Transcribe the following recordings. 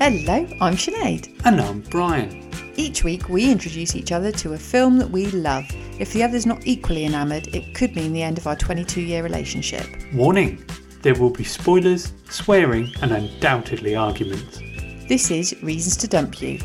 Hello, I'm Sinead. And I'm Brian. Each week we introduce each other to a film that we love. If the other's not equally enamoured, it could mean the end of our 22 year relationship. Warning there will be spoilers, swearing, and undoubtedly arguments. This is Reasons to Dump You.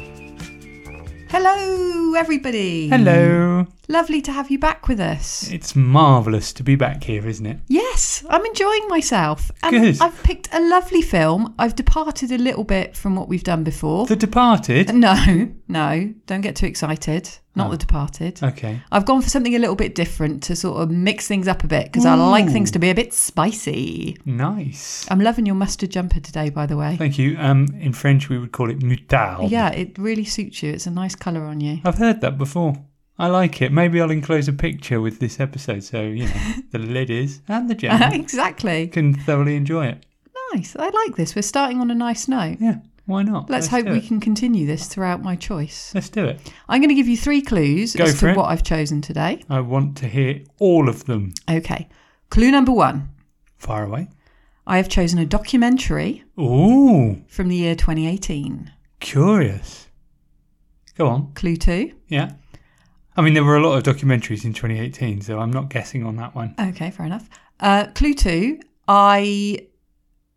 Hello, everybody. Hello. Lovely to have you back with us. It's marvellous to be back here, isn't it? Yes, I'm enjoying myself. And Good. I've picked a lovely film. I've departed a little bit from what we've done before. The Departed. no, no, don't get too excited. Not The Departed. Okay. I've gone for something a little bit different to sort of mix things up a bit because I like things to be a bit spicy. Nice. I'm loving your mustard jumper today, by the way. Thank you. Um, in French, we would call it moutarde. Yeah, it really suits you. It's a nice colour on you. I've heard that before. I like it. Maybe I'll enclose a picture with this episode so, you know, the ladies and the gentlemen exactly. can thoroughly enjoy it. Nice. I like this. We're starting on a nice note. Yeah, why not? Let's, hope do we it. can continue this throughout my choice. Let's do it. I'm going to give you three clues Go as for to it. what I've chosen today. I want to hear all of them. Okay. Clue number one Far away. I have chosen a documentary Ooh, from the year 2018. curious. Go on. Clue two. Yeah. I mean, there were a lot of documentaries in 2018, so I'm not guessing on that one. Okay, fair enough. Uh, clue two, I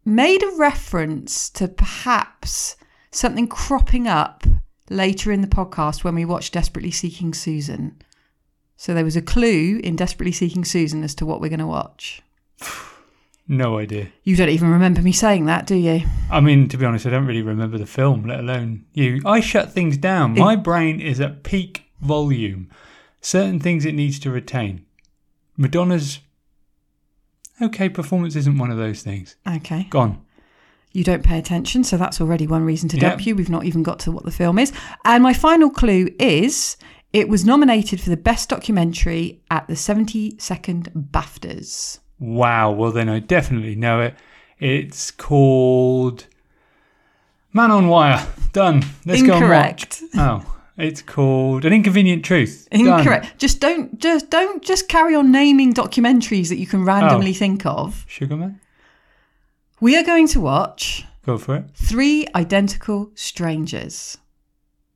made a reference to perhaps something cropping up later in the podcast when we watched Desperately Seeking Susan. So there was a clue in Desperately Seeking Susan as to what we're going to watch. No idea. You don't even remember me saying that, do you? I mean, to be honest, I don't really remember the film, let alone you. I shut things down. My brain is at peak volume. Certain things it needs to retain. Madonna's okay performance isn't one of those things. Okay. Gone. You don't pay attention, so that's already one reason to Yeah. dump you. We've not even got to what the film is. And my final clue is it was nominated for the best documentary at the 72nd BAFTAs. Wow. Well, then I definitely know it. It's called Man on Wire. Done. Let's Incorrect. go and watch. Oh, it's called An Inconvenient Truth. Done. Incorrect. Just don't just don't just carry on naming documentaries that you can randomly Oh. think of. Sugar Man? We are going to watch Go for it. Three Identical Strangers.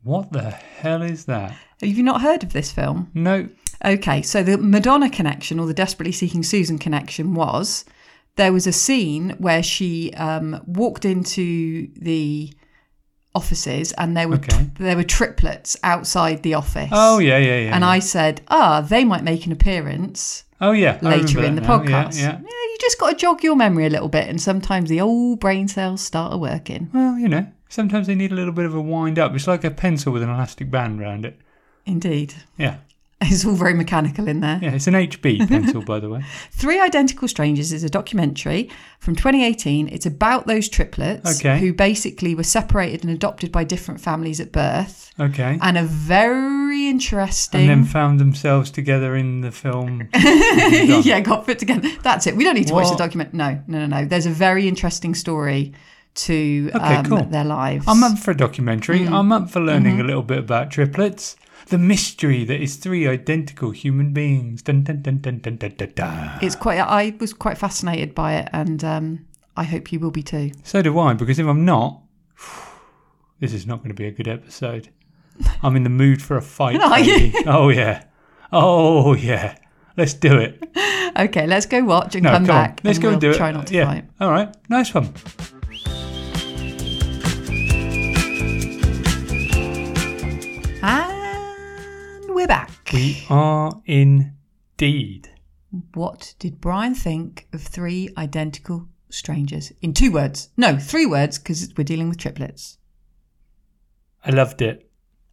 What the hell is that? Have you not heard of this film? No. Okay, so the Madonna connection or the Desperately Seeking Susan connection was there was a scene where she um, walked into the offices and there were Okay. there were triplets outside the office. Oh, yeah, yeah, yeah. And yeah. I said, ah, they might make an appearance Oh, yeah. I later remember in the that now. podcast. Yeah, yeah. you just got to jog your memory a little bit, and sometimes the old brain cells start a working. Well, you know, sometimes they need a little bit of a wind up. It's like a pencil with an elastic band around it. Indeed. Yeah. It's all very mechanical in there. Yeah, it's an HB pencil, by the way. Three Identical Strangers is a documentary from 2018. It's about those triplets Okay. who basically were separated and adopted by different families at birth, Okay. and a very interesting. And then found themselves together in the film. yeah, got put together. That's it. We don't need to watch What? the document. No, no, no, no. There's a very interesting story to Okay, um, cool. their lives. I'm up for a documentary. Mm. I'm up for learning Mm-hmm. a little bit about triplets. The mystery that is three identical human beings. Dun, dun, dun, dun, dun, dun, dun, dun. it's quite. I was quite fascinated by it, and um, I hope you will be too. So do I, because if I'm not, this is not going to be a good episode. I'm in the mood for a fight. Are you? baby. Oh, yeah. Oh, yeah. Let's do it. Okay, let's go watch and No, come come back. on. Let's go we'll and do it. Try not to yeah. fight. All right. Nice one. And we're back. We are indeed. What did Brian think of three identical strangers in two words? No, three words because we're dealing with triplets. I loved it.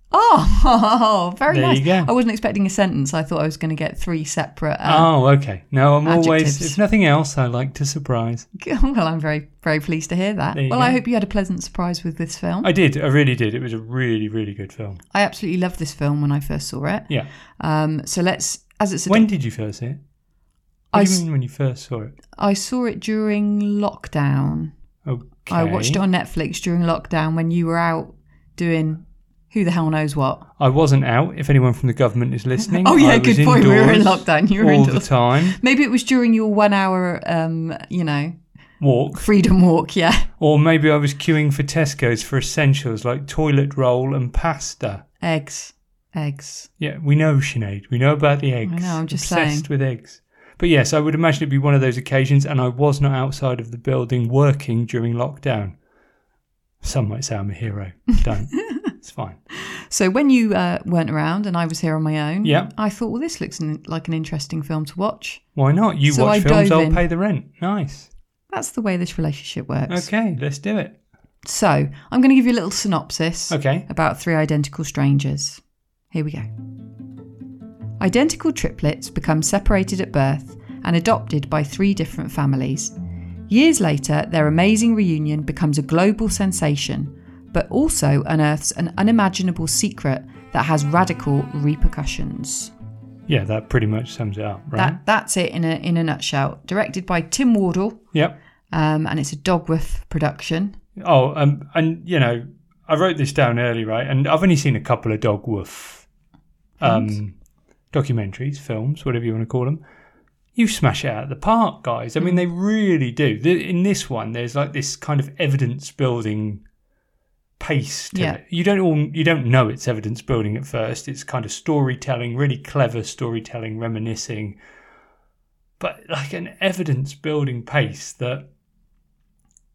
Oh, very There nice. you go. I wasn't expecting a sentence. I thought I was going to get three separate. Uh, oh, okay. No, I'm always, adjectives. if nothing else, I like to surprise. Well, I'm very, very pleased to hear that. Um, There Well, you I go. hope you had a pleasant surprise with this film. I, I did. I really did. It was a really, really good film. absolutely loved this film when I first saw it. Yeah. Um, so let's, as it's, a When did you first see it? What I do you s- mean when you first saw it? I saw it during lockdown. Okay. I watched it on Netflix during lockdown when you were out doing who the hell knows what. I wasn't out. If anyone from the government is listening, Oh, yeah, I was good point. We were in indoors lockdown. You were all indoors. the time. Maybe it was during your one hour, um, you know, walk, Freedom Walk, yeah. or maybe I was queuing for Tesco's for essentials like toilet roll and pasta. Eggs. Eggs. Yeah, we know Sinead. We know about the eggs. know, I'm just Obsessed saying. with eggs. But yes, I would imagine it'd be one of those occasions, and I was not outside of the building working during lockdown. Some might say I'm a hero. Don't. it's fine. So when you uh, weren't around and I was here on my own, Yeah. I thought, well, this looks an, like an interesting film to watch. Why not? You So watch I films, dove I'll in. pay the rent. Nice. That's the way this relationship works. Okay, let's do it. So I'm going to give you a little synopsis Okay. about three identical strangers. Here we go. Identical triplets become separated at birth and adopted by three different families. Years later, their amazing reunion becomes a global sensation, but also unearths an unimaginable secret that has radical repercussions. Yeah, that pretty much sums it up, right? That that's it in a in a nutshell. Directed by Tim Wardle, Yep. um, and it's a Dogworth production. Oh, um, and you know, I wrote this down early, right? And I've only seen a couple of dog woof um, documentaries, films, whatever you want to call them. You smash it out of the park, guys. I mean, they really do. The, in this one, there's like this kind of evidence building pace to Yeah. it. You don't all you don't know it's evidence building at first. It's kind of storytelling, really clever storytelling, reminiscing, but like an evidence building pace that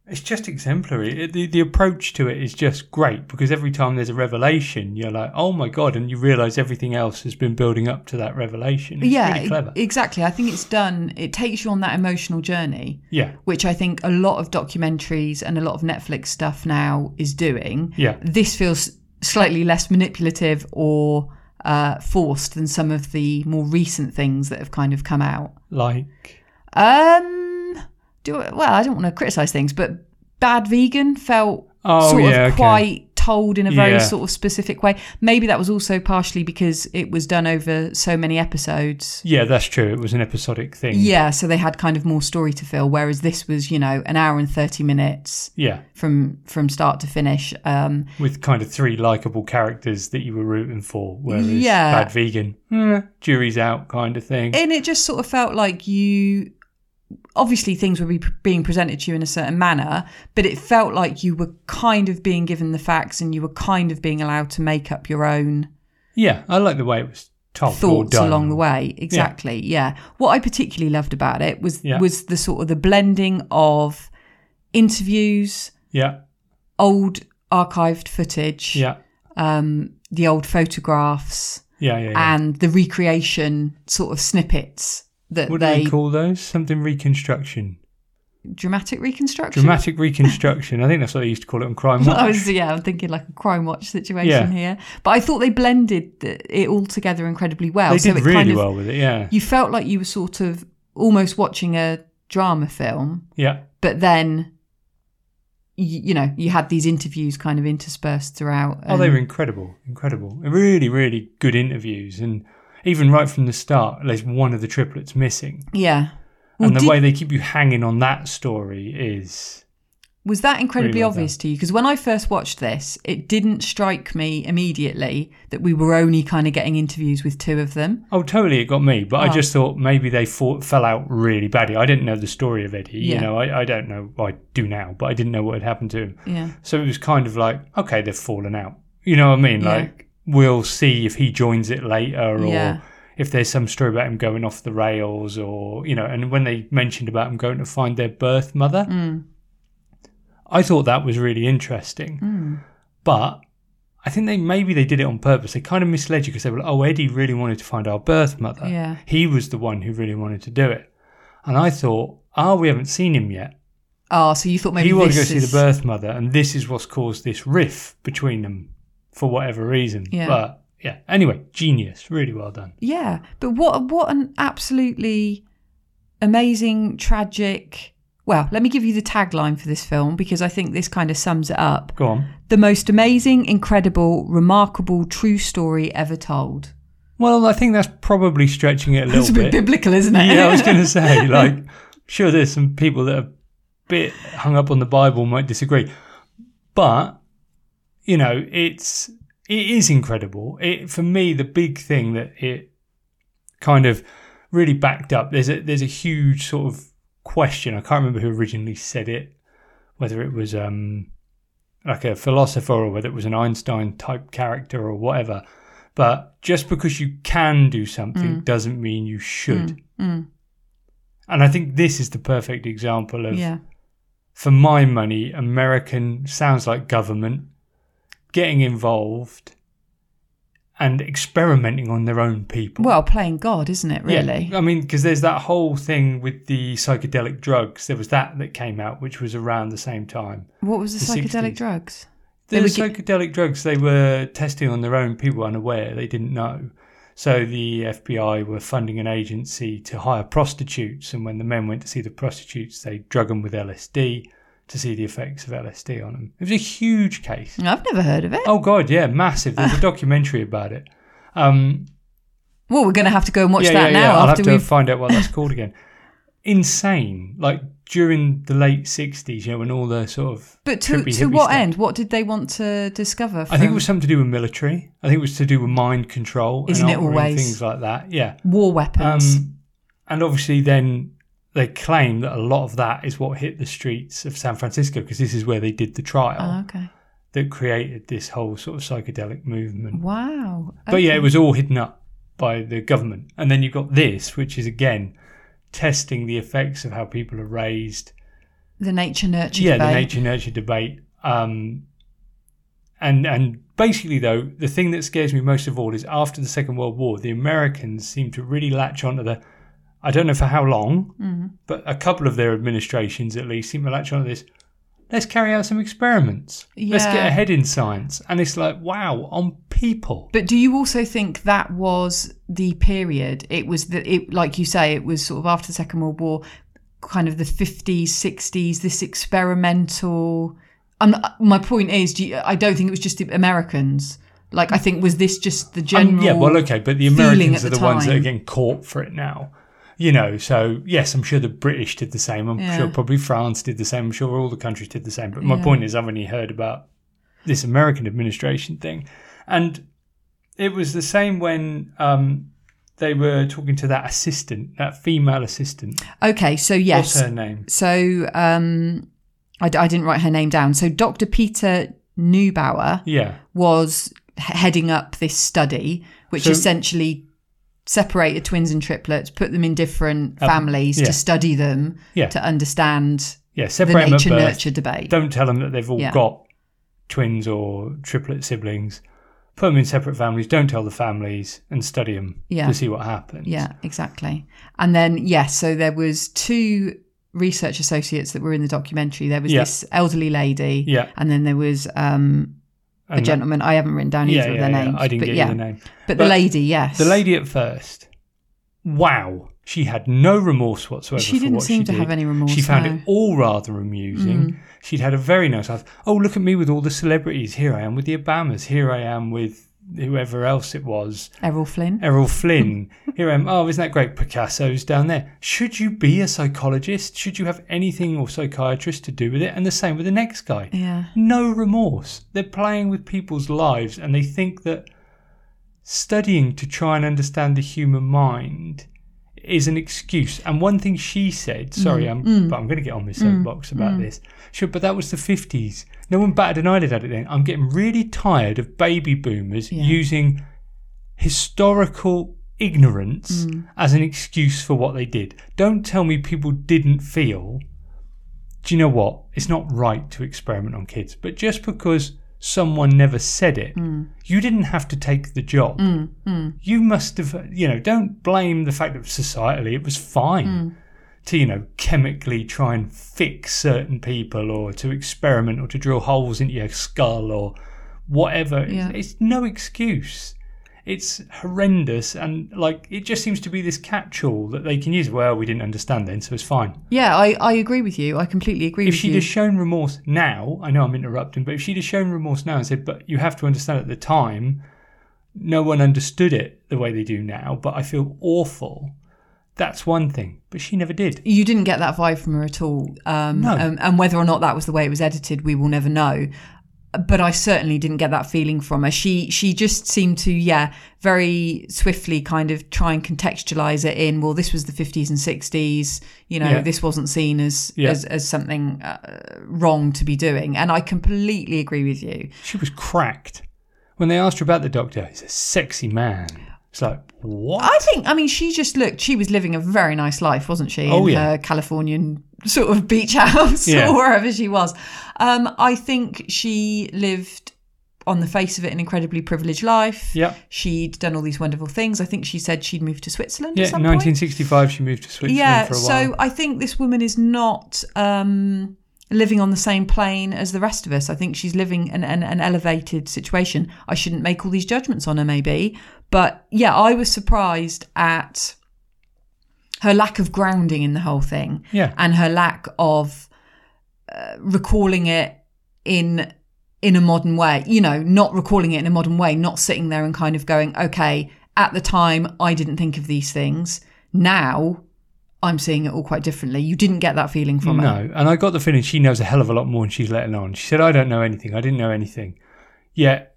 it's just exemplary. It, the, the approach to it is just great because every time there's a revelation, you're like, oh my God, and you realize everything else has been building up to that revelation. It's yeah, really e- clever. exactly. I think it's done. It takes you on that emotional journey, yeah, which I think a lot of documentaries and a lot of Netflix stuff now is doing. yeah, This feels slightly less manipulative or uh, forced than some of the more recent things that have kind of come out. like, Um, do well. I don't want to criticize things, but Bad Vegan felt Oh, sort yeah, of okay. quite told in a very Yeah. sort of specific way. Maybe that was also partially because it was done over so many episodes. yeah, that's true. It was an episodic thing. Yeah, so they had kind of more story to fill, whereas this was, you know, an hour and thirty minutes Yeah, from from start to finish. Um, with kind of three likable characters that you were rooting for, whereas Yeah. Bad Vegan, eh, jury's out kind of thing. and it just sort of felt like you obviously things were be being presented to you in a certain manner but it felt like you were kind of being given the facts and you were kind of being allowed to make up your own yeah, I like the way it was told or thoughts done. along the way exactly yeah. what i particularly loved about it was Yeah. was the sort of the blending of interviews Yeah, old archived footage yeah, um the old photographs yeah, yeah. yeah. and the recreation sort of snippets that What do they they call those? Something reconstruction. dramatic reconstruction Dramatic reconstruction. I think that's what they used to call it on Crime I Watch. was, yeah, I'm thinking like a crime watch situation Yeah. here. But I thought they blended the, it all together incredibly well. They so did it really kind of, well with it. Yeah, You felt like you were sort of almost watching a drama film, yeah, but then, you, you know, you had these interviews kind of interspersed throughout. Oh, they and- were incredible, incredible. Really, really good interviews, and even right from the start, there's one of the triplets missing, Yeah. Well, and the did- way they keep you hanging on that story is was that incredibly well done. obvious to you? Because when I first watched this, it didn't strike me immediately that we were only kind of getting interviews with two of them. oh, totally, it got me. But I Oh. just thought maybe they fought, fell out really badly. I didn't know the story of Eddie. You Yeah. know, I, I don't know. I do now, but I didn't know what had happened to him. Yeah. So it was kind of like, okay, they've fallen out. You know what I mean? Yeah. Like, we'll see if he joins it later or Yeah. if there's some story about him going off the rails or, you know, and when they mentioned about him going to find their birth mother, Mm. I thought that was really interesting. Mm. But I think they maybe they did it on purpose. They kind of misled you because they were like, oh, Eddie really wanted to find our birth mother. Yeah. He was the one who really wanted to do it. And I thought, oh, we haven't seen him yet Oh, so you thought maybe he wanted to go this see is... the birth mother, and this is what's caused this riff between them for whatever reason. Yeah. But yeah, anyway, genius, really well done. Yeah, but what what an absolutely amazing tragic. Well, let me give you the tagline for this film because I think this kind of sums it up. Go on. The most amazing, incredible, remarkable true story ever told. Well, I think that's probably stretching it a It's little a bit bit. biblical, isn't it? yeah, I was going to say, like, sure, there's some people that are a bit hung up on the Bible might disagree, but you know, it's it is incredible. It for me, the big thing that it kind of really backed up. There's a there's a huge sort of question. I can't remember who originally said it, whether it was um, like a philosopher or whether it was an Einstein type character or whatever. But just because you can do something doesn't mean you should. Mm. And I think this is the perfect example of, Yeah. for my money, American sounds like government getting involved and experimenting on their own people. Well, playing God, isn't it, really? Yeah, I mean, because there's that whole thing with the psychedelic drugs. There was that that came out, which was around the same time. What was the, The psychedelic 60s. drugs? They The were gi- psychedelic drugs they were testing on their own, people unaware, they didn't know. So the FBI were funding an agency to hire prostitutes, and when the men went to see the prostitutes, they drug them with LSD to see the effects of LSD on them. It was a huge case. I've never heard of it. Oh god, yeah, massive. There's a documentary about it. Um, Well, we're going to have to go and watch yeah, that yeah, now yeah. I'll after have to we've. find out what that's called again. Insane. Like during the late '60s, you know, when all the sort of But to, trippy to hippie what stuff- end? What did they want to discover? From I think it was something to do with military. I think it was to do with mind control Isn't it and altering always? things like that. Yeah. war weapons. Um, and obviously, then they claim that a lot of that is what hit the streets of San Francisco because this is where they did the trial Ah, okay. that created this whole sort of psychedelic movement. Wow. But yeah, Okay. it was all hidden up by the government. And then you've got this, which is again testing the effects of how people are raised. the nature nurture yeah, the debate. nature nurture debate. Um, and and basically though, the thing that scares me most of all is after the Second World War, the Americans seem to really latch onto the. I don't know for how long, Mm-hmm. but a couple of their administrations at least seem to latch onto this. Let's carry out some experiments. Let's Yeah. get ahead in science. And it's like, wow, on people. But do you also think that was the period? It was the it, like you say, it was sort of after the Second World War, kind of the fifties, sixties. This experimental. I'm, my point is, do you, I don't think it was just the Americans. Like I think was this just the general? Um, yeah, well, okay, but the feeling Americans at are the the ones that are time. getting caught for it now. You know, so yes, I'm sure the British did the same. I'm Yeah. sure probably France did the same. I'm sure all the countries did the same. But my Yeah. point is, I've only heard about this American administration thing. And it was the same when um, they were talking to that assistant, that female assistant. Okay, so yes, What's her name? so um, I, d- I didn't write her name down. So Dr. Peter Neubauer Yeah. was h- heading up this study, which So- essentially separated twins and triplets, put them in different families yeah. to study them Yeah. to understand Yeah. the Separate them at nature birth. nurture debate. Don't tell them that they've all Yeah. got twins or triplet siblings. Put them in separate families. Don't tell the families and study them Yeah. to see what happens. Yeah, exactly. And then yes, so there was two research associates that were in the documentary. There was Yeah. this elderly lady, Yeah. and then there was um, a And- gentleman. I haven't written down either Yeah, of yeah, their yeah. names, I didn't but get yeah, you the name. but the But lady, yes, The lady at first, wow, she had no remorse whatsoever. She for didn't what seem she to did. have any remorse, She found no. Mm. it all rather amusing. She'd had a very nice life. Oh, look at me with all the celebrities. Here I am with the Obamas. Here I am with whoever else it was. Errol Flynn. Errol Flynn. Here I am. Oh, isn't that great? Picasso's down there. Should you be a psychologist? Should you have anything or psychiatrist to do with it? And the same with the next guy. Yeah. No remorse. They're playing with people's lives and they think that studying to try and understand the human mind is an excuse. And one thing she said, sorry, Mm. I'm, but I'm going to get on my soapbox about this. Sure, but that was the 50s. No one batted an eyelid at it then. I'm getting really tired of baby boomers Yeah. using historical ignorance Mm. as an excuse for what they did. Don't tell me people didn't feel. Do you know what? It's not right to experiment on kids, but just because someone never said it, you didn't have to take the job. You must have, you know, don't blame the fact that societally it was fine to, you know, chemically try and fix certain people or to experiment or to drill holes into your skull or whatever. It's- Yeah. It's, no excuse. It's horrendous. And like, it just seems to be this catch all that they can use. Well, we didn't understand then, so it's fine. Yeah, I, I agree with you. I completely agree If with she'd you. have shown remorse now, I know I'm interrupting, but if she'd have shown remorse now and said, but you have to understand at the time, no one understood it the way they do now, but I feel awful, that's one thing. But she never did. you didn't get that vibe from her at all. Um, No. um, and whether or not that was the way it was edited, we will never know. but I certainly didn't get that feeling from her. She she just seemed to yeah very swiftly kind of try and contextualize it in. Well, this was the fifties and sixties. You know, Yeah. this wasn't seen as Yeah. as, as something uh, wrong to be doing. And I completely agree with you. She was cracked. When they asked her about the doctor, he's a sexy man. It's like, what? I think I mean she just looked. She was living a very nice life, wasn't she? Oh, in yeah. her Californian sort of beach house Yeah. or wherever she was. Um, I think she lived on the face of it an incredibly privileged life. Yep. she'd done all these wonderful things. I think she said she'd moved to Switzerland Yeah, at some in point. 1965, she moved to Switzerland Yeah, for a while. so I think this woman is not um, living on the same plane as the rest of us. I think she's living an, an, an elevated situation. I shouldn't make all these judgments on her, maybe. But yeah, I was surprised at her lack of grounding in the whole thing yeah, and her lack of uh, recalling it in in a modern way you know not recalling it in a modern way not sitting there and kind of going okay at the time i didn't think of these things now i'm seeing it all quite differently you didn't get that feeling from her no. And I got the feeling she knows a hell of a lot more than she's letting on. She said, I don't know anything. I didn't know anything. Yet,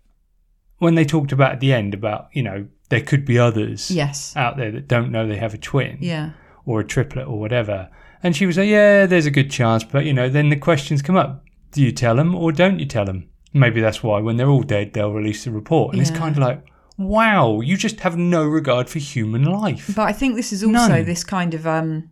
when they talked about at the end about, you know, there could be others yes out there that don't know they have a twin yeah or a triplet or whatever. And she was like, yeah, there's a good chance. But, you know, then the questions come up. Do you tell them or don't you tell them? Maybe that's why when they're all dead, they'll release the report. And Yeah. it's kind of like, wow, you just have no regard for human life. but i think this is also None. this kind of um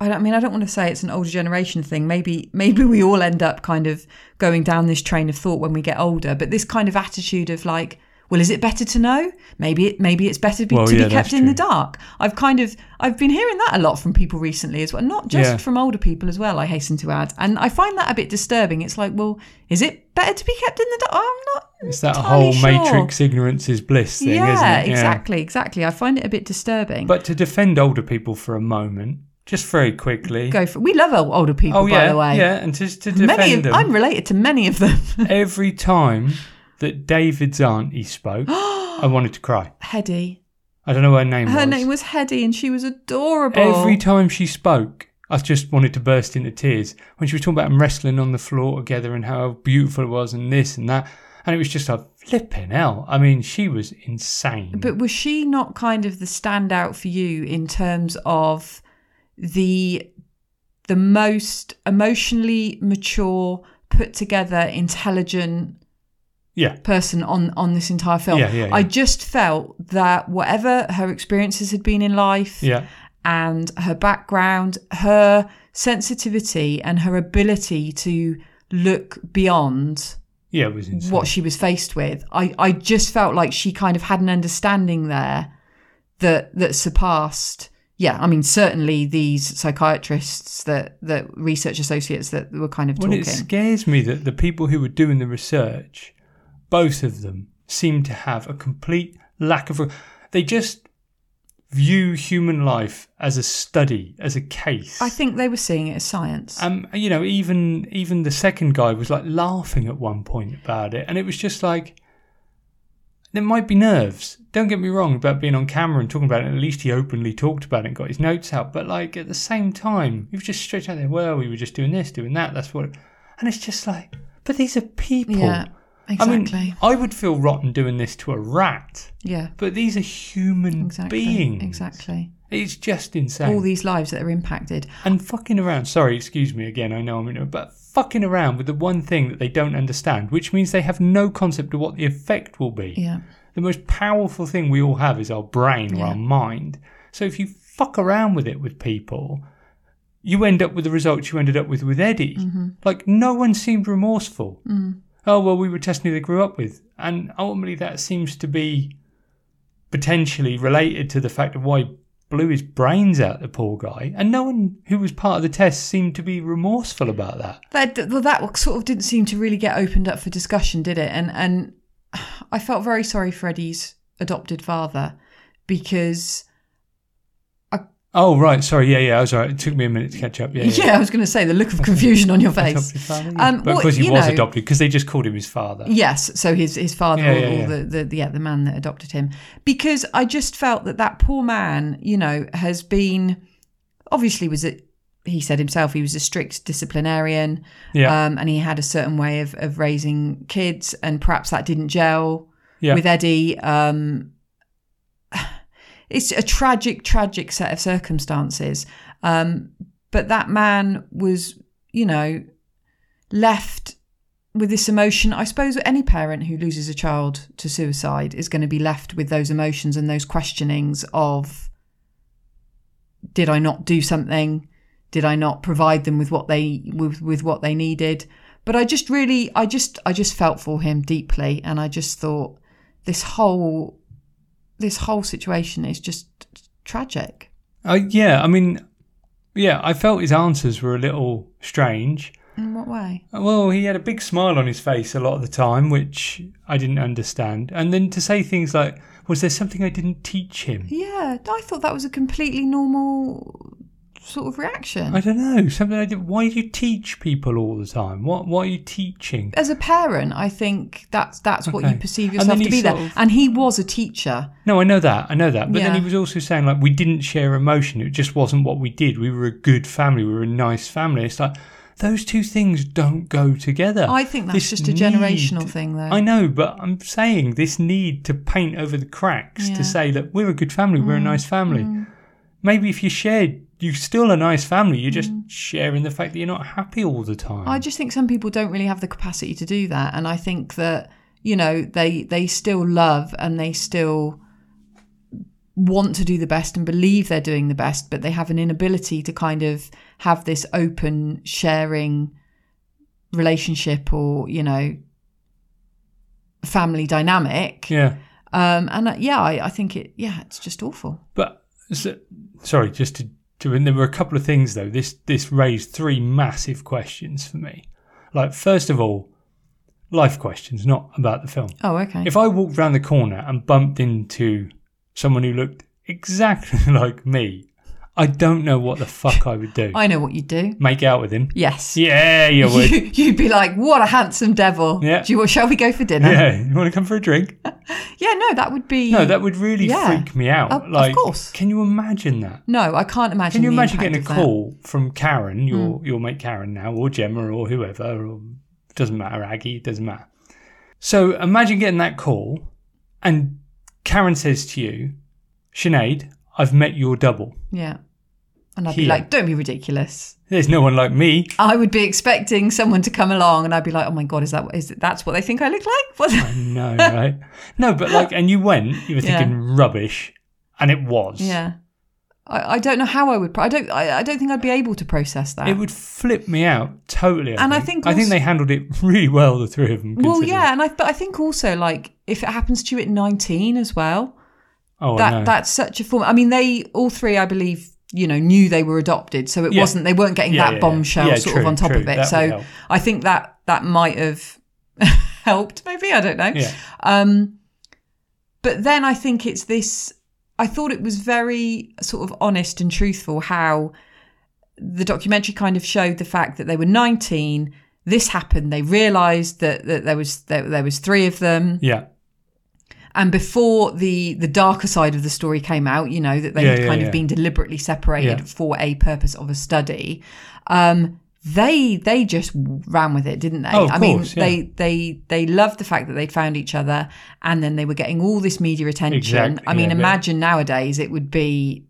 I, don't, I mean i don't want to say it's an older generation thing maybe maybe we all end up kind of going down this train of thought when we get older but this kind of attitude of like well is it better to know maybe it maybe it's better be, Well, to yeah, be that's kept in the true. dark i've kind of i've been hearing that a lot from people recently as well not just Yeah. from older people as well i hasten to add and i find that a bit disturbing it's like well is it better to be kept in the dark i'm not It's that entirely whole sure. matrix ignorance is bliss thing, yeah, isn't it? exactly exactly i find it a bit disturbing But to defend older people for a moment, just very quickly. go for. We love o- older people, oh, yeah. by the way. Yeah, and just to defend many. Of, them. I'm related to many of them. Every time that David's auntie spoke, I wanted to cry. Hedy. I don't know what her name Her was. name was Hedy, and she was adorable. Every time she spoke, I just wanted to burst into tears. When she was talking about them wrestling on the floor together and how beautiful it was and this and that. And it was just a flipping hell. I mean, she was insane. but was she not kind of the standout for you in terms of the the most emotionally mature, put together, intelligent yeah. person on on this entire film? Yeah, yeah, yeah. I just felt that whatever her experiences had been in life, Yeah. and her background, her sensitivity, and her ability to look beyond Yeah, it was insane. what she was faced with. I, I just felt like she kind of had an understanding there that that surpassed. Yeah, I mean, certainly these psychiatrists that that research associates that were kind of Well, talking. it scares me that the people who were doing the research, both of them, seem to have a complete lack of. They just view human life as a study, as a case. I think they were seeing it as science. Um, you know, even even the second guy was like laughing at one point about it, and it was just like. There might be nerves. Don't get me wrong about being on camera and talking about it. At least he openly talked about it and got his notes out. But like at the same time, he was just straight out there. Well, we were just doing this, doing that. That's what. And it's just like, but these are people. yeah, exactly. I mean, I would feel rotten doing this to a rat, yeah, but these are human exactly. beings. Exactly. It's just insane All these lives that are impacted. and fucking around. Sorry, excuse me again. I know I'm in, but fucking around with the one thing that they don't understand, which means they have no concept of what the effect will be. Yeah. The most powerful thing we all have is our brain Yeah. or our mind. So if you fuck around with it with people, you end up with the results you ended up with with Eddie. Mm-hmm. Like no one seemed remorseful. Mm. Oh well, we were testing who they grew up with, and ultimately that seems to be potentially related to the fact of why blew his brains out the poor guy, and no one who was part of the test seemed to be remorseful about that. that well, that sort of didn't seem to really get opened up for discussion, did it? And and I felt very sorry for Eddie's adopted father because Oh right, sorry, yeah, yeah, I was alright. It took me a minute to catch up. Yeah, yeah, I was going to say the look of confusion on your face. Adopted father, yeah. Um, but well, of course he you was know- adopted because they just called him his father. Yes, so his his father Yeah, or, yeah, or yeah. The, the the- yeah the man that adopted him because I just felt that that poor man you know has been obviously was a he said himself he was a strict disciplinarian Yeah. um, and he had a certain way of, of raising kids and perhaps that didn't gel Yeah. with eddie um, it's a tragic tragic set of circumstances um, but that man was you know left with this emotion i suppose any parent who loses a child to suicide is going to be left with those emotions and those questionings of did i not do something did i not provide them with what they with, with what they needed but i just really i just i just felt for him deeply and i just thought this whole this whole situation is just tragic Uh, yeah, I mean, yeah, I felt his answers were a little strange. Uh, in what way Well, he had a big smile on his face a lot of the time, which I didn't understand. And then to say things like, was there something I didn't teach him? yeah i thought that was a completely normal sort of reaction I don't know. Something I did. Why do you teach people all the time? What What are you teaching? as a parent, I think that's that's what Okay. you perceive And then yourself he to be there. sort of- And he was a teacher. No, I know that. I know that. But then Yeah. he was also saying like we didn't share emotion. It just wasn't what we did. We were a good family. We were a nice family. It's like those two things don't go together. I think that's This just a need- generational thing, though. I know, but I'm saying this need to paint over the cracks Yeah. Mm, to say that we're a good family, we're a nice family. Maybe if you shared, you're still a nice family. You're just sharing the fact that you're not happy all the time. Mm. I just think some people don't really have the capacity to do that, and I think that you know they they still love and they still want to do the best and believe they're doing the best, but they have an inability to kind of have this open sharing relationship or you know family dynamic. yeah, Um, and uh, yeah, I, I think it. Yeah, it's just awful. but so, sorry, just to, to and there were a couple of things though. This this raised three massive questions for me. Like first of all, life questions, not about the film. Oh, okay. If I walked round the corner and bumped into someone who looked exactly like me, I don't know what the fuck I would do. I know what you'd do. Make out with him. Yes. Yeah, you would. You, you'd be like, "What a handsome devil!" Yeah. Do you, want- shall we go for dinner? Yeah, you want to come for a drink? Yeah, no, that would be No, that would really Yeah. freak me out. Of- of like, course. can you imagine that? No, I can't imagine. Can you the imagine impact getting a of that. call from Karen, your Hmm. your mate Karen now, or Gemma, or whoever, or doesn't matter, Aggie, doesn't matter. So imagine getting that call, and Karen says to you, Sinead, I've met your double. Yeah, and I'd be Here. like, "Don't be ridiculous." There's no one like me. I would be expecting someone to come along, and I'd be like, "Oh my god, is that is it, that's what they think I look like?" What? I know, right? No, but like, and you went, you were Yeah. thinking rubbish, and it was. yeah, I, I don't know how I would. Pro- I don't. I, I don't think I'd be able to process that. It would flip me out totally. I And I think, think I think also- they handled it really well, the three of them. well, considering. yeah, and I but I think also like if it happens to you at nineteen as well, Oh, I know. that that's such a form. I mean, they all three, I believe, you know, knew they were adopted, so it Yeah. wasn't they weren't getting Yeah, that yeah, yeah. bombshell Yeah, sort true, of on top true. of That it. would So help. I think that that might have helped. Maybe I don't know. Yeah. Um, but then I think it's this. I thought it was very sort of honest and truthful how the documentary kind of showed the fact that they were 19. This happened. They realised that, that there was that there was three of them Yeah. and before the the darker side of the story came out you know that they Yeah, had yeah, kind yeah. of been deliberately separated Yeah. for a purpose of a study um they they just ran with it didn't they Oh, of i course, yeah. mean they they they loved the fact that they'd found each other and then they were getting all this media attention Exactly, i mean yeah, but- imagine nowadays it would be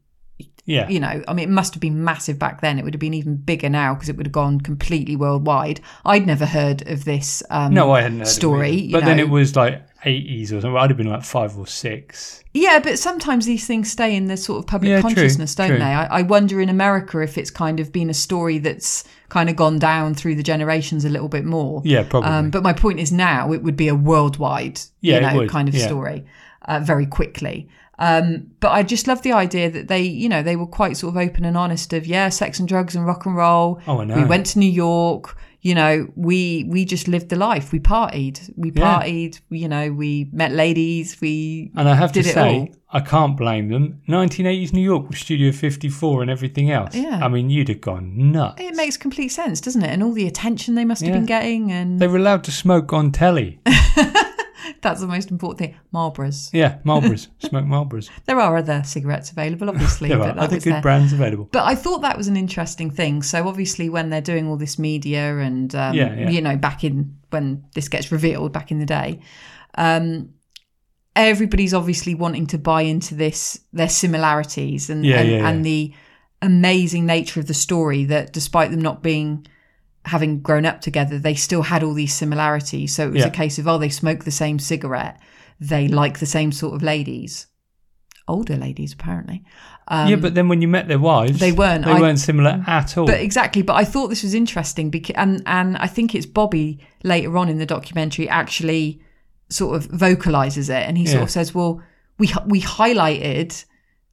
Yeah. you know i mean it must have been massive back then it would have been even bigger now because it would have gone completely worldwide i'd never heard of this um No, I hadn't heard of it story, either. you But then know. it was like eighties or something. I'd have been like five or six. Yeah, but sometimes these things stay in the sort of public Yeah, true, consciousness, don't true. they? I, I wonder in America if it's kind of been a story that's kind of gone down through the generations a little bit more. Yeah, probably. Um, but my point is now it would be a worldwide, Yeah, it you know, would, kind of yeah. story uh, very quickly. Um, but I just love the idea that they, you know, they were quite sort of open and honest of yeah, sex and drugs and rock and roll. Oh, I know. We went to New York. You know, we we just lived the life. We partied. We Yeah. partied. You know, we met ladies. We and I have to did it say, all. I can't blame them. Nineteen eighties New York with Studio fifty four and everything else. Yeah. I mean you'd have gone nuts. It makes complete sense, doesn't it? And all the attention they must have Yeah. been getting, and They were allowed to smoke on telly. That's the most important thing. Marlboros. Yeah, Marlboros. Smoke Marlboros. There are other cigarettes available, obviously. There but are that other was good their- brands available. But I thought that was an interesting thing. So obviously, when they're doing all this media and um, Yeah, yeah. you know, back in when this gets revealed back in the day, um, everybody's obviously wanting to buy into this their similarities and Yeah, and, yeah, and yeah. the amazing nature of the story that despite them not being having grown up together, they still had all these similarities. So it was Yeah. a case of oh, they smoke the same cigarette, they like the same sort of ladies, older ladies apparently. Um, yeah, but then when you met their wives, they weren't. They I- weren't Mm. similar at all. but exactly, but I thought this was interesting because, and and I think it's Bobby later on in the documentary actually sort of vocalizes it, and he Yeah. sort of says, "Well, we hi- we highlighted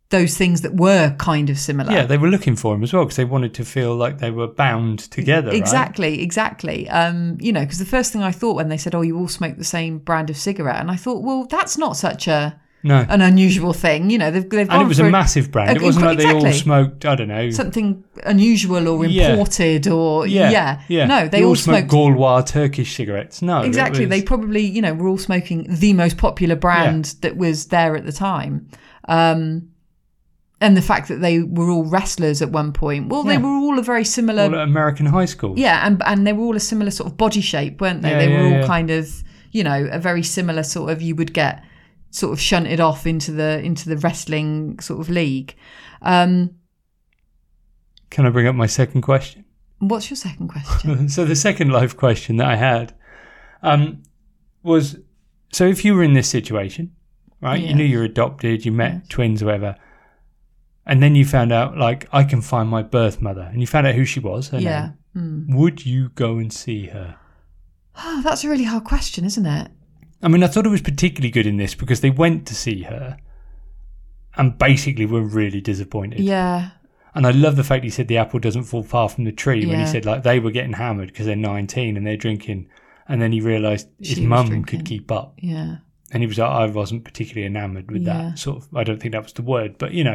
those things that were kind of similar." yeah, they were looking for him as well because they wanted to feel like they were bound together. right? exactly, exactly. Um, you know, because the first thing I thought when they said, "Oh, you all smoke the same brand of cigarette," and I thought, "Well, that's not such a No. an unusual thing." You know, they've they've And gone it was for a massive brand. It Okay, wasn't like they all exactly. smoked, I don't know. something unusual or Yeah. imported or yeah, yeah. No, they You all, smoked Gaulois Turkish cigarettes. No, it Exactly. was- They probably, you know, were all smoking the most popular brand that was there at the time. Um, and the fact that they were all wrestlers at one point. Well, Yeah. uh, they were all a very similar. all at American high school. yeah, and and they were all a similar sort of body shape, weren't they? Yeah, they were yeah, all yeah. kind of, you know, a very similar sort of. You would get sort of shunted off into the into the wrestling sort of league. Um, Can I bring up my second question? what's your second question? so the second life question that I had um, was: so if you were in this situation, right? You Yes. knew you were adopted, you met Yes. twins, or whatever, and then you found out like I can find my birth mother, and you found out who she was. Her yeah. name, Hmm. would you go and see her? Oh, that's a really hard question, isn't it? I mean, I thought it was particularly good in this because they went to see her, and basically were really disappointed. Yeah. And I love the fact he said the apple doesn't fall far from the tree when he Yeah. said like they were getting hammered because they're 19 and they're drinking. And then he realised his She was mum drinking. could keep up. Yeah. And he was like, I wasn't particularly enamoured with Yeah. that sort of, I don't think that was the word, but you know.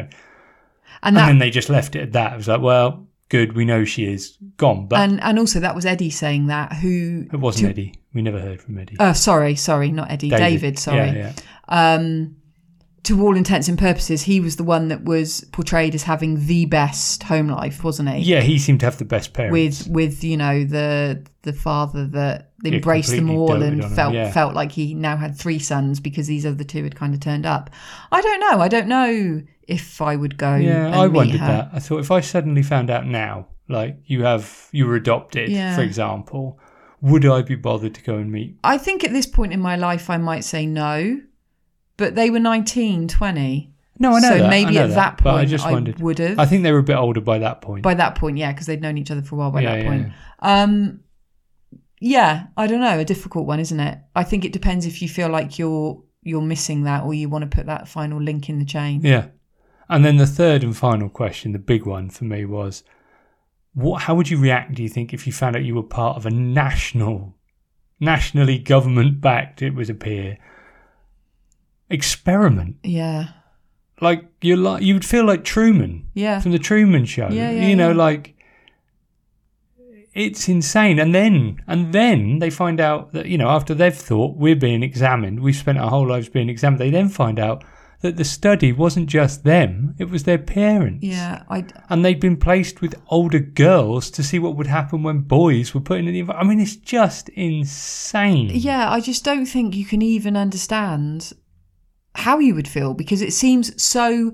And And, that then they just left it at that. It was like, well, good, we know she is gone. But and and also that was Eddie saying that. Who? it wasn't Eddie. We never heard from Eddie. Oh, sorry, sorry, not Eddie. David, sorry. Yeah, yeah. Um, to all intents and purposes, he was the one that was portrayed as having the best home life, wasn't he? Yeah, he seemed to have the best parents. With with you know the the father that Yeah, embraced them completely all doted and on him, felt yeah. felt like he now had three sons because these other two had kind of turned up. I don't know. I don't know if I would go. yeah, and I meet wondered her. that. I thought if I suddenly found out now, like you have, you were adopted, Yeah. for example, would I be bothered to go and meet I think at this point in my life, I might say no, but they were 19, 20. No, Oh, I know. so that. I maybe know at that but point, I just wondered. would have. I think they were a bit older by that point. by that point, yeah, because they'd known each other for a while by Yeah, that yeah, point. Um, yeah, I don't know. A difficult one, isn't it? I think it depends if you feel like you're you're missing that or you want to put that final link in the chain. yeah. And then the third and final question, the big one for me was, what? How would you react? Do you think if you found out you were part of a national, nationally government-backed, it would appear, experiment? Yeah. Like you're like you would feel like Truman Yeah. from the Truman Show. Yeah, yeah, you know, yeah. like it's insane. And then and then they find out that you know after they've thought we're being examined, we've spent our whole lives being examined. They then find out that the study wasn't just them; it was their parents. Yeah. I, And they'd been placed with older girls to see what would happen when boys were put in the. envi- I mean, it's just insane. yeah, I just don't think you can even understand how you would feel because it seems so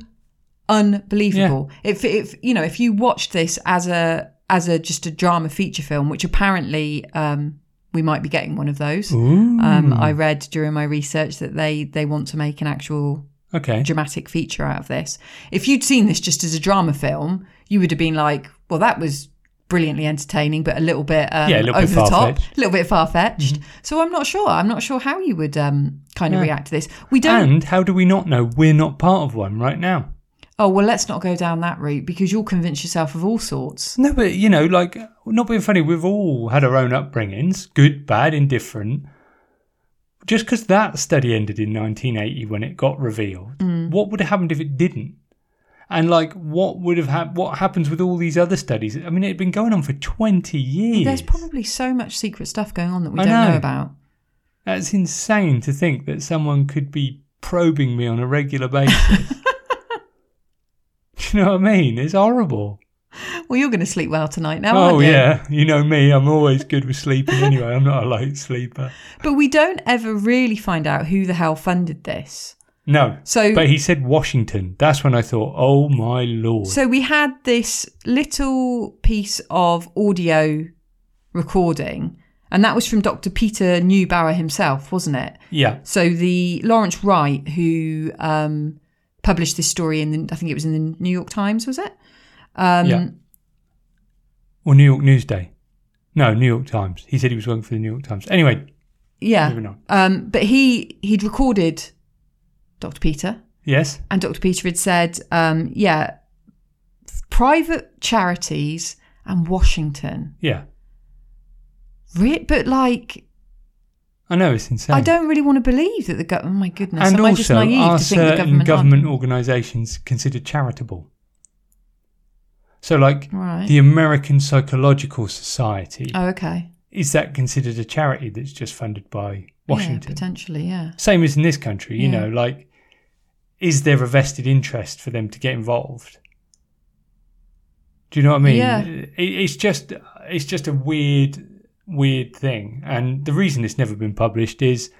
unbelievable. If if you know, if you watched this as a as a just a drama feature film, which apparently um, we might be getting one of those. Ooh. Um, I read during my research that they they want to make an actual okay. dramatic feature out of this. If you'd seen this just as a drama film, you would have been like, "Well, that was brilliantly entertaining, but a little bit um, Yeah, a little bit over the top, far-fetched. Mm-hmm. a little bit far fetched." So I'm not sure. I'm not sure how you would um, kind of react to this. We don't. And how do we not know we're not part of one right now? oh well, let's not go down that route because you'll convince yourself of all sorts. No, but you know, like, not being funny, we've all had our own upbringings good, bad, indifferent. Just because that study ended in 1980 when it got revealed, what would have happened if it didn't? And like, what would have hap- what happens with all these other studies? I mean, it had been going on for 20 years. There's probably so much secret stuff going on that we I don't know. know. about. That's insane to think that someone could be probing me on a regular basis. Do you know what I mean? It's horrible. Well, you're going to sleep well tonight now, oh, aren't you? yeah. You know me, I'm always good with sleeping anyway. I'm not a late sleeper. But we don't ever really find out who the hell funded this. No. So- but he said Washington. That's when I thought, oh my lord. So we had this little piece of audio recording, and that was from Dr. Peter Newbauer himself, wasn't it? yeah. So the Lawrence Wright, who um, published this story in, the, I think it was in the New York Times, was it? Um, yeah. Or New York Newsday. No, New York Times. He said he was working for the New York Times. Anyway, moving Yeah. on. Um, but he he'd recorded Dr. Peter, Yes. and Dr. Peter had said, um, yeah, private charities and Washington, Yeah. Re- but like I know it's insane. I don't really want to believe that the government. Oh my goodness! and Am I just also, naive are to think the certain government? government, aren't? organisations considered charitable? So, like Right. the American Psychological Society, Oh, okay. is that considered a charity that's just funded by Yeah, Washington? potentially, yeah. Same as in this country, you Yeah. know, like, is there a vested interest for them to get involved? Do you know what I mean? Yeah. It, it's just, it's just a weird, weird thing. And the reason it's never been published is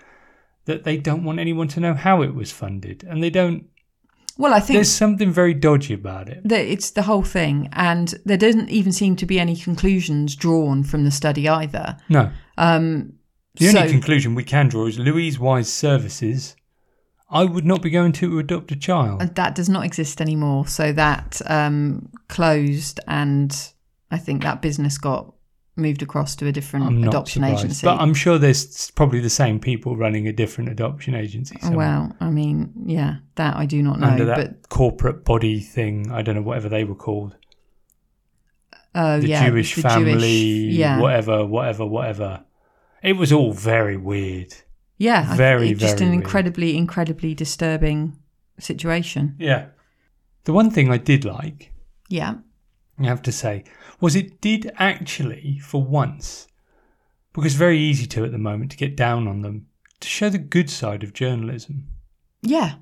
that they don't want anyone to know how it was funded, and they don't. Well, I think There's something very dodgy about it. that it's the whole thing, and there doesn't even seem to be any conclusions drawn from the study either. No, Um, the so only conclusion we can draw is Louise Wise Services. I would not be going to to adopt a child. and that does not exist anymore. So that um, closed, and I think that business got moved across to a different I'm not adoption surprised. agency. But I'm sure there's probably the same people running a different adoption agency somewhere. Oh, well, I mean, yeah, that I do not know, under that but corporate body thing. I don't know, whatever they were called. oh The yeah, it Jewish was the family, Jewish- yeah, whatever, whatever, whatever. It was all very weird. Yeah, I- Very, it's just very an weird. incredibly, incredibly disturbing situation. Yeah. The one thing I did like, Yeah, I have to say, was it did actually, for once, because very easy to at the moment to get down on them, to show the good side of journalism. yeah,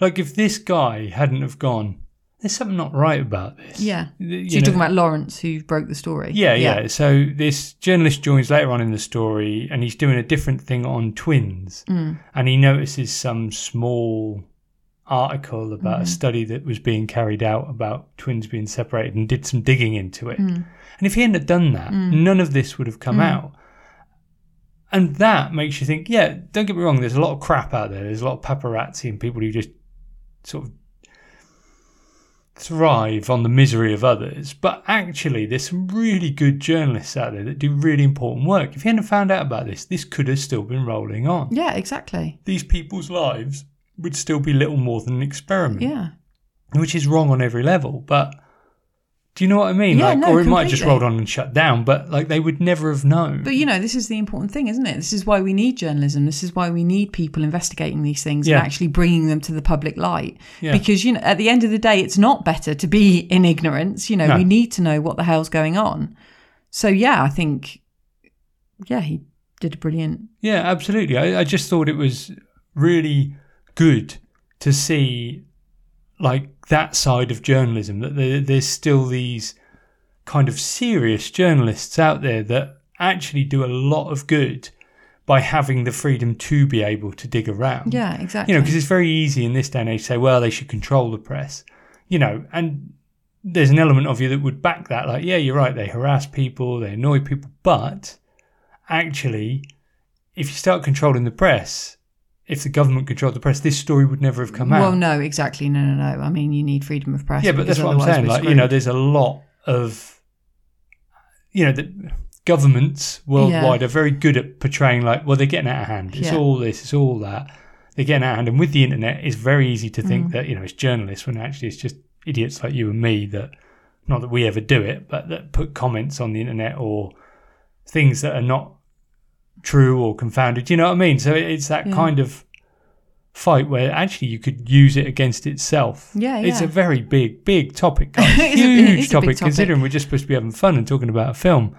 Like if this guy hadn't have gone, there's something not right about this. yeah. So You you're know- talking about Lawrence who broke the story. yeah, yeah, So this journalist joins later on in the story, and he's doing a different thing on twins, and he notices some small article about a study that was being carried out about twins being separated, and did some digging into it. And if he hadn't have done that, none of this would have come out. And that makes you think, yeah, don't get me wrong, there's a lot of crap out there. There's a lot of paparazzi and people who just sort of thrive on the misery of others. But actually, there's some really good journalists out there that do really important work. If you hadn't found out about this, this could have still been rolling on. yeah, exactly. These people's lives would still be little more than an experiment, Yeah, which is wrong on every level. But do you know what I mean? Yeah, like, no, or it might have just completely. rolled on and shut down, but like they would never have known. but you know, this is the important thing, isn't it? This is why we need journalism. This is why we need people investigating these things Yeah. and actually bringing them to the public light. Yeah. Because you know, at the end of the day, it's not better to be in ignorance. You know, No. we need to know what the hell's going on. So yeah, I think, yeah, he did a brilliant Yeah, absolutely. I, I just thought it was really good to see like that side of journalism that there, there's still these kind of serious journalists out there that actually do a lot of good by having the freedom to be able to dig around. Yeah, exactly. You know, because it's very easy in this day and age to say, well, they should control the press, you know, and there's an element of you that would back that. Like, yeah, you're right. They harass people, they annoy people. But actually, if you start controlling the press, if the government controlled the press, this story would never have come out. Well, no, exactly. No, no, no. I mean, you need freedom of press. yeah, but that's because what I'm otherwise saying. we're Like, you know, screwed. there's a lot of, you know, that governments worldwide are very good at portraying, like, well, they're getting out of hand. It's Yeah. all this, it's all that. They're getting out of hand. And with the internet, it's very easy to Mm. think that, you know, it's journalists when actually it's just idiots like you and me that, not that we ever do it, but that put comments on the internet or things that are not true or confounded. You know what I mean? So it- it's that Yeah. kind of fight where actually you could use it against itself. Yeah, It's yeah. a very big, big topic, guys. It's a- Huge it is a big topic, topic. considering we're just supposed to be having fun and talking about a film.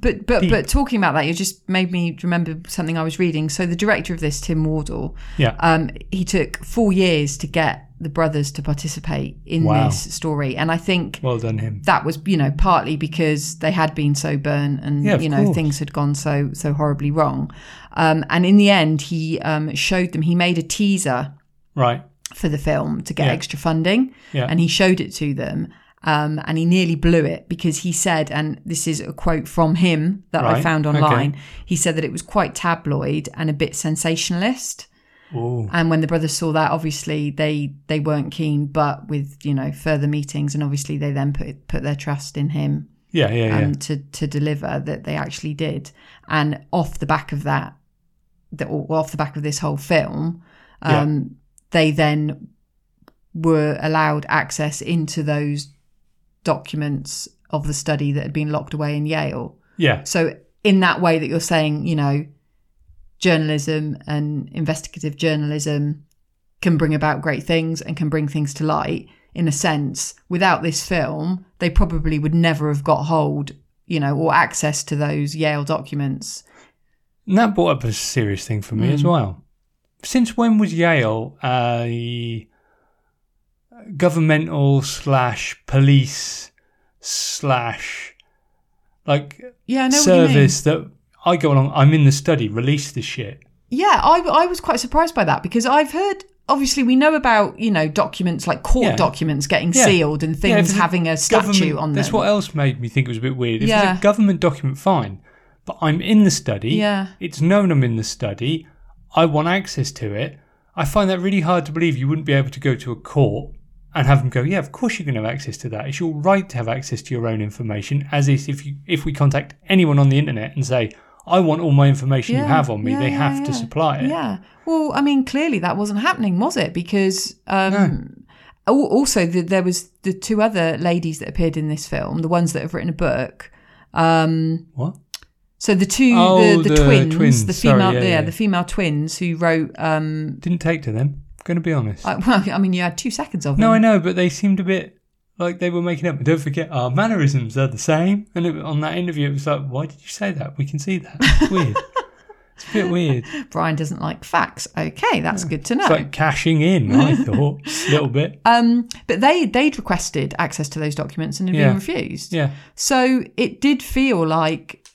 But but Peep. but talking about that, you just made me remember something I was reading. So the director of this, Tim Wardle, Yeah. um, he took four years to get the brothers to participate in Wow. this story, and I think Well done, him. that was you know partly because they had been so burnt and Yeah, of you know course. things had gone so so horribly wrong um, and in the end he um, showed them he made a teaser Right. for the film to get Yeah. extra funding Yeah. and he showed it to them um, and he nearly blew it because he said and this is a quote from him that i Right, found okay. online he said that it was quite tabloid and a bit sensationalist Ooh. and when the brothers saw that, obviously they they weren't keen. But with you know further meetings, and obviously they then put put their trust in him Yeah, yeah, yeah. um, to to deliver that they actually did. And off the back of that, the, or off the back of this whole film, um, they then were allowed access into those documents of the study that had been locked away in Yale. yeah. So in that way that you're saying, you know, journalism and investigative journalism can bring about great things and can bring things to light in a sense without this film they probably would never have got hold you know or access to those yale documents And that brought up a serious thing for me Mm. as well. Since when was Yale a governmental slash police slash like yeah I know what you mean. service that I go along, I'm in the study, release the shit. yeah I, I was quite surprised by that because i've heard obviously we know about you know documents like court Yeah. documents getting Yeah. sealed and Yeah, if things it's a having a statue government- on them That's what else made me think it was a bit weird. If Yeah. it's a government document, fine. But I'm in the study. Yeah. It's known I'm in the study. I want access to it. I find that really hard to believe you wouldn't be able to go to a court and have them go, yeah, of course you can have access to that. It's your right to have access to your own information, as is if you, if we contact anyone on the internet and say, I want all my information you Yeah, have on me, yeah, they yeah, have to yeah. supply it. Yeah. Well, I mean, clearly that wasn't happening, was it? Because um, al- also the, there was the two other ladies that appeared in this film, the ones that have written a book. What? So the two, Oh, the, the, the twins, twins. the Sorry, female, yeah, yeah, yeah. the female twins who wrote. Um, Didn't take to them. Going to be honest. I, well, I mean, you had two seconds of them. No, I know, but they seemed a bit like they were making up. Don't forget, our mannerisms are the same. And it, on that interview, it was like, why did you say that? We can see that. It's weird. it's a bit weird. Brian doesn't like facts. Okay, that's good to know. It's like cashing in, I thought, a little bit. um, but they they'd requested access to those documents and had Yeah. been refused. Yeah. So it did feel like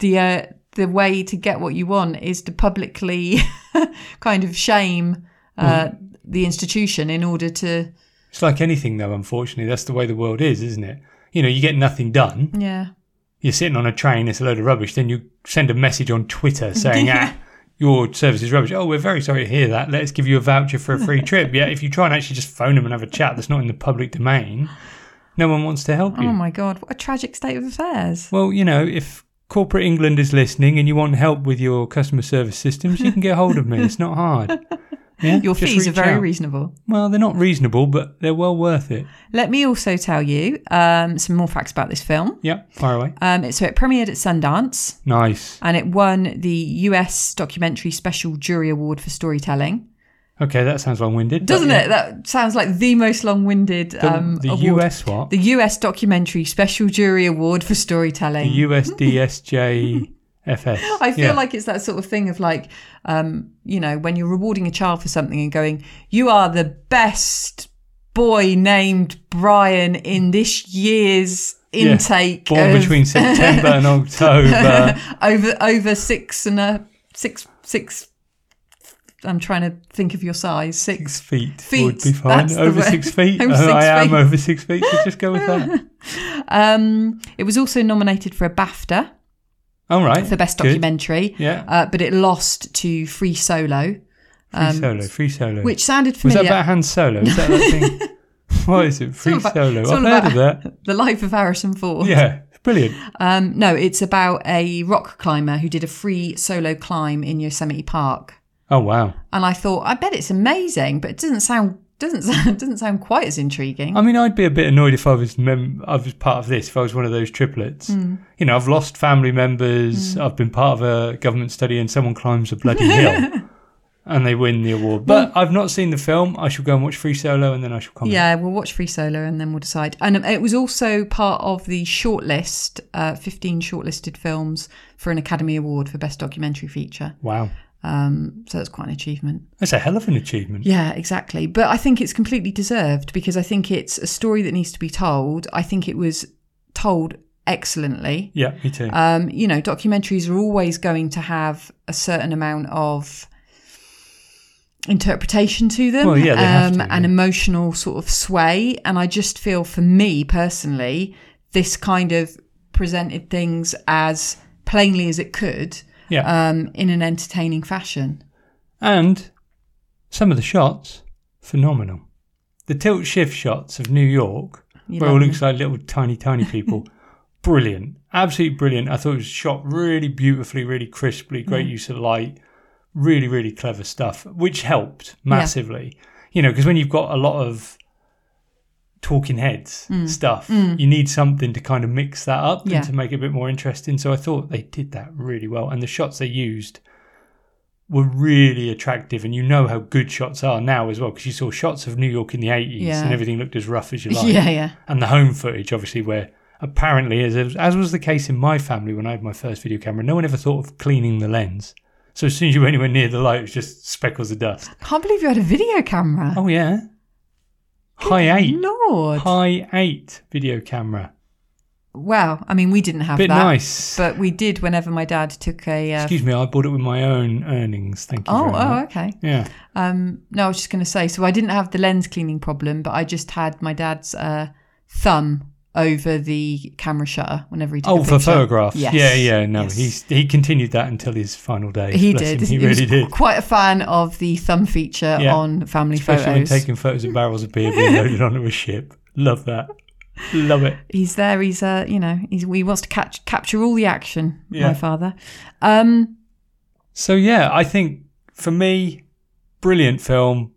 the uh, the way to get what you want is to publicly kind of shame uh, Mm-hmm. the institution in order to It's like anything, though, unfortunately. That's the way the world is, isn't it? You know, you get nothing done. yeah You're sitting on a train, it's a load of rubbish. Then you send a message on Twitter saying, ah, your service is rubbish. Oh, we're very sorry to hear that. Let's give you a voucher for a free trip. Yeah, if you try and actually just phone them and have a chat that's not in the public domain, no one wants to help you. oh my god what a tragic state of affairs Well, you know, if corporate England is listening and you want help with your customer service systems, you can get hold of me. It's not hard. Yeah, your Just fees are reach very out. reasonable well. They're not reasonable, but they're well worth it. let me also tell you um, some more facts about this film Yep, fire away. um, it, so it premiered at sundance Nice. and it won the us documentary special jury award for storytelling Okay, that sounds long-winded, doesn't it that sounds like the most long-winded The, um, the award US what? The US Documentary Special Jury Award for Storytelling. The USDSJFS. I feel Yeah. like it's that sort of thing of like, um, you know, when you're rewarding a child for something and going, you are the best boy named Brian in this year's Yeah. intake born of- between uh, September and October. over over six and a six six. I'm trying to think of your size. Six Six. feet, would Feet, be fine. that's the Over word. six feet. Over Oh, six I am feet. over six feet, so just go with that. Um, it was also nominated for a BAFTA All right. for best good. documentary, Yeah. uh, but it lost to Free Solo. Free solo, free solo. Um, which sounded Was familiar. that about Han Solo? Is that that thing? what is it? Free all about- Solo. it's I've all heard of about- that. the life of Harrison Ford. Yeah, brilliant. Um, no, it's about a rock climber who did a free solo climb in Yosemite Park, Oh wow. and I thought, I bet it's amazing, but it doesn't sound doesn't sound, doesn't sound quite as intriguing. I mean, I'd be a bit annoyed if I was mem- I was part of this. If I was one of those triplets, Hmm. you know, I've lost family members. I've been part of a government study, and someone climbs a bloody hill. and they win the award. But I've not seen the film. I shall go and watch Free Solo, and then I shall comment. Yeah, we'll watch Free Solo and then we'll decide. And um, it was also part of the shortlist, uh, 15 shortlisted films for an Academy Award for Best Documentary Feature. Wow, Um, so that's quite an achievement. that's a hell of an achievement. Yeah, exactly. But I think it's completely deserved because I think it's a story that needs to be told. I think it was told excellently. Yeah, me too. Um, you know, documentaries are always going to have a certain amount of interpretation to them um, Well, yeah, they have to, and yeah. emotional sort of sway. And I just feel for me personally, this kind of presented things as plainly as it could yeah, um, in an entertaining fashion. and some of the shots phenomenal. The tilt shift shots of New York, You where it love looks like little tiny, tiny people. brilliant, absolutely brilliant. I thought it was shot really beautifully, really crisply. Great use of light, really, really clever stuff, which helped massively. You know, because when you've got a lot of talking heads stuff, you need something to kind of mix that up Mm. Yeah. and to make it a bit more interesting. So I thought they did that really well, and the shots they used were really attractive and you know how good shots are now as well because you saw shots of New York in the 80s Yeah. and everything looked as rough as you like Yeah, yeah. and the home footage obviously where apparently as, as was the case in my family when I had my first video camera no one ever thought of cleaning the lens so as soon as you were anywhere near the light it was just speckles of dust Can't believe you had a video camera. oh yeah high 8 Lord. high 8 video camera Wow. I mean, we didn't have bit that. nice But we did whenever my dad took a. Uh, excuse me I bought it with my own earnings thank you oh, very oh, much. okay. yeah Um, no, I was just going to say. So I didn't have the lens cleaning problem, but I just had my dad's uh, thumb over the camera shutter whenever he took a Oh, for picture. photographs. Yes. Yeah, yeah. No, Yes. he's he continued that until his final days. He Bless did. him, He, was really did. Quite a fan of the thumb feature Yeah. on family Especially when photos. taking photos of barrels of beer being loaded onto a ship. Love that. Love it. he's there. He's uh, you know, he's, he wants to catch capture all the action. Yeah. My father. Um, So yeah, I think for me, brilliant film.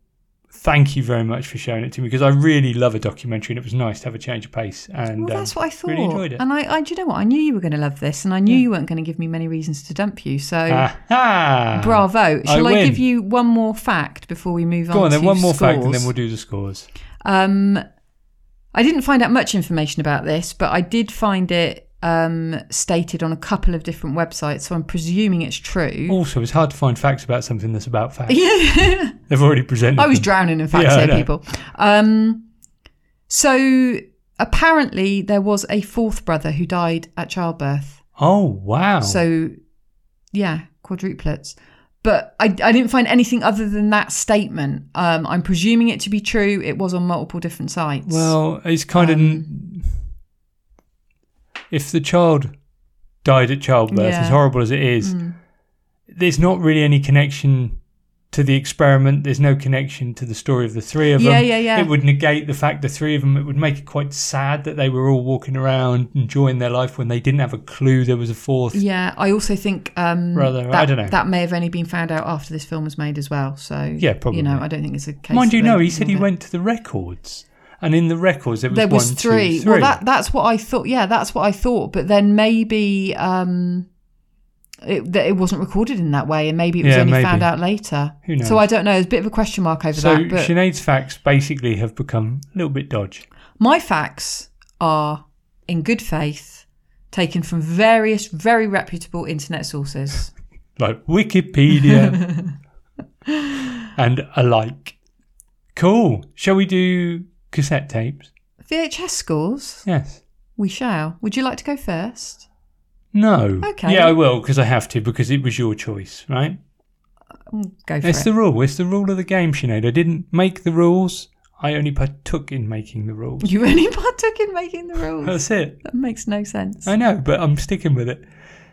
Thank you very much for showing it to me because I really love a documentary and it was nice to have a change of pace. And Well, um, that's what I thought. really enjoyed it. And I, I, do you know what? I knew you were going to love this, and I knew you weren't going to give me many reasons to dump you. So, Aha! bravo. Shall I, Ah, win. give you one more fact before we move Go on then, to one more fact and scores? then we'll do the scores. Um, I didn't find out much information about this, but I did find it um, stated on a couple of different websites, so I'm presuming it's true. Also, it's hard to find facts about something that's about facts. Yeah. They've already presented. I was them. drowning in facts Yeah, I here, know. people. Um, so apparently there was a fourth brother who died at childbirth. oh wow! So yeah, quadruplets. But I, I didn't find anything other than that statement. Um, I'm presuming it to be true. It was on multiple different sites. Well, it's kind Um, of if the child died at childbirth, Yeah. Mm. as horrible as it is, there's not really any connection to the experiment. There's no connection to the story of the three of Yeah, them. yeah, yeah. It would negate the fact the three of them. It would make it quite sad that they were all walking around enjoying their life when they didn't have a clue there was a fourth. yeah, I also think um, Brother, that, I don't know. that may have only been found out after this film was made as well. So Yeah, probably. You know, I don't think it's a case. Mind that you, they- no, he said he went to the records, and in the records there was There was one, two, three. three. Well, that that's what I thought. Yeah, that's what I thought. But then maybe um, it, that it wasn't recorded in that way, and maybe it was Yeah, only maybe. found out later. Who knows? So I don't know. There's a bit of a question mark over so that. But Sinead's facts basically have become a little bit dodge. my facts are in good faith, taken from various very reputable internet sources. like Wikipedia and alike. Cool. Shall we do cassette tapes? VHS scores. Yes. We shall. Would you like to go first? No. Okay. Yeah, I will because I have to because it was your choice, right? Mm, Go for It's it. the rule. It's the rule of the game, Sinead. I didn't make the rules. I only partook in making the rules. you only partook in making the rules. That's it. that makes no sense. I know, but I'm sticking with it.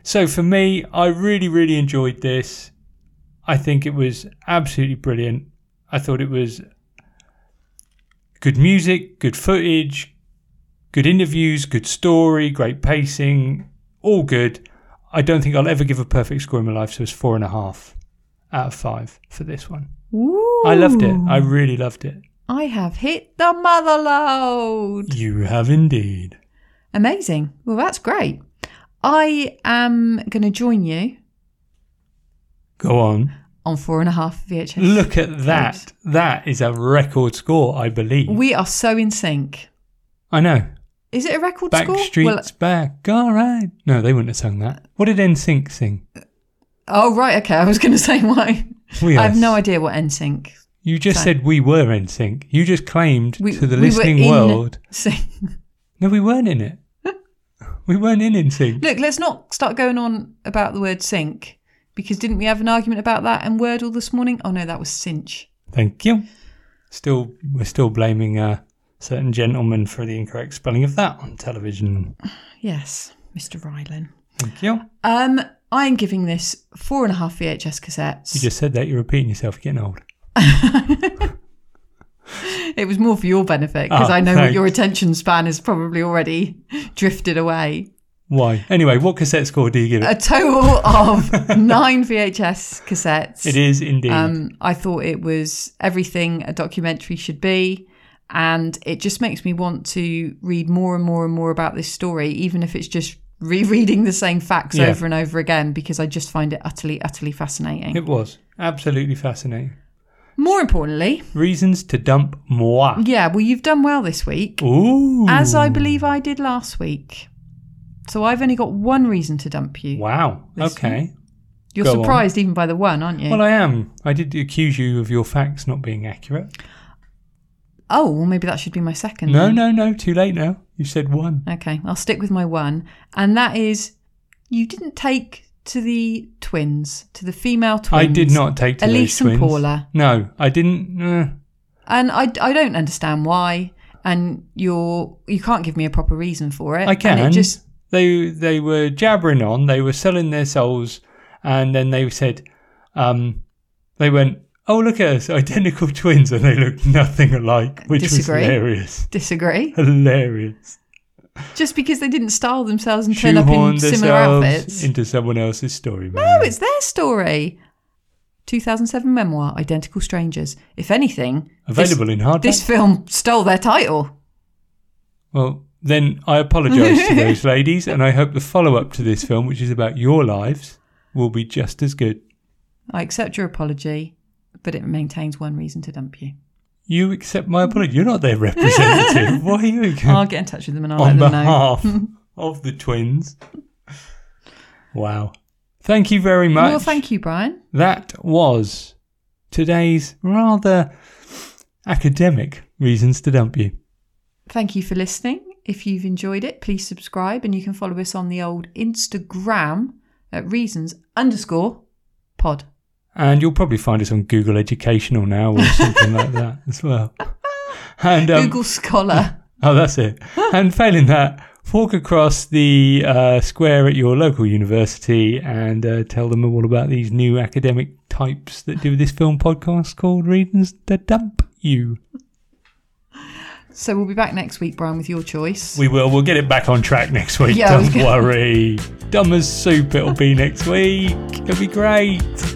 So for me, I really, really enjoyed this. I think it was absolutely brilliant. I thought it was good music, good footage, good interviews, good story, great pacing, all good. I don't think I'll ever give a perfect score in my life, so it's four and a half out of five for this one. Ooh. I loved it. I really loved it. I have hit the mother load. You have indeed. Amazing. Well, that's great. I am going to join you. Go on. on four and a half VHS. Look at that. That is a record score, I believe. We are so in sync. I know. Is it a record Back score? streets back. All right. No, they wouldn't have sung that. What did NSYNC sing? oh, right. Okay. I was going to say why. We I have Us. no idea what NSYNC. You just Sorry. said we were NSYNC. You just claimed We, to the we listening were in world. sync. No, we weren't in it. we weren't in NSYNC. Look, let's not start going on about the word sync because didn't we have an argument about that and Wordle this morning? Oh no, that was cinch. Thank you. Still, we're still blaming a certain gentleman for the incorrect spelling of that on television. Yes, Mr. Rylan. Thank you. Um, I am giving this four and a half VHS cassettes. You just said that. You're repeating yourself. You're getting old. It was more for your benefit because Oh, I know thanks. your attention span has probably already drifted away. Why? Anyway, what cassette score do you give it? A total of nine VHS cassettes. it is indeed. Um, I thought it was everything a documentary should be. And it just makes me want to read more and more and more about this story, even if it's just rereading the same facts Yeah. over and over again, because I just find it utterly, utterly fascinating. it was absolutely fascinating. More importantly, Reasons to dump moi. yeah, well, you've done well this week, Ooh. as I believe I did last week. So I've only got one reason to dump you. Wow. Listen. Okay. You're Go on. surprised even by the one, aren't you? Well, I am. I did accuse you of your facts not being accurate. oh, well, maybe that should be my second. No, then. no, no. Too late now. You said one. Okay, I'll stick with my one, and that is you didn't take to the twins, to the female twins. I did not take to Elise those and twins. Paula. No, I didn't. Uh, and I, I don't understand why. And you're you can't give me a proper reason for it. I can. And it just They they were jabbering on. They were selling their souls, and then they said, um, they went, "Oh look at us, identical twins," and they looked nothing alike, which Disagree. was hilarious, disagree. hilarious. just because they didn't style themselves and turn up in Shoehorned similar themselves outfits. into someone else's story. Man. no, it's their story. 2007 memoir, Identical Strangers. If anything, available in hardback. this film stole their title. Well, then I apologise to those ladies, and I hope the follow up to this film, which is about your lives, will be just as good. I accept your apology, but it maintains one reason to dump you. You accept my apology. You're not their representative. Why are you I'll get in touch with them and I'll on let them Oh, know. behalf of the twins? Wow. Thank you very much. Well, thank you, Brian. That was today's rather academic reasons to dump you. Thank you for listening. If you've enjoyed it, please subscribe and you can follow us on the old Instagram at reasons underscore pod. And you'll probably find us on Google Educational now or something like that as well. And um, Google Scholar. Oh, that's it. and failing that, walk across the uh, square at your local university and uh, tell them all about these new academic types that do this film podcast called Reasons to Dump You. so we'll be back next week, Brian, with your choice. We will. We'll get it back on track next week. Yeah, I was Don't worry. Dumb as soup it'll be next week. It'll be great.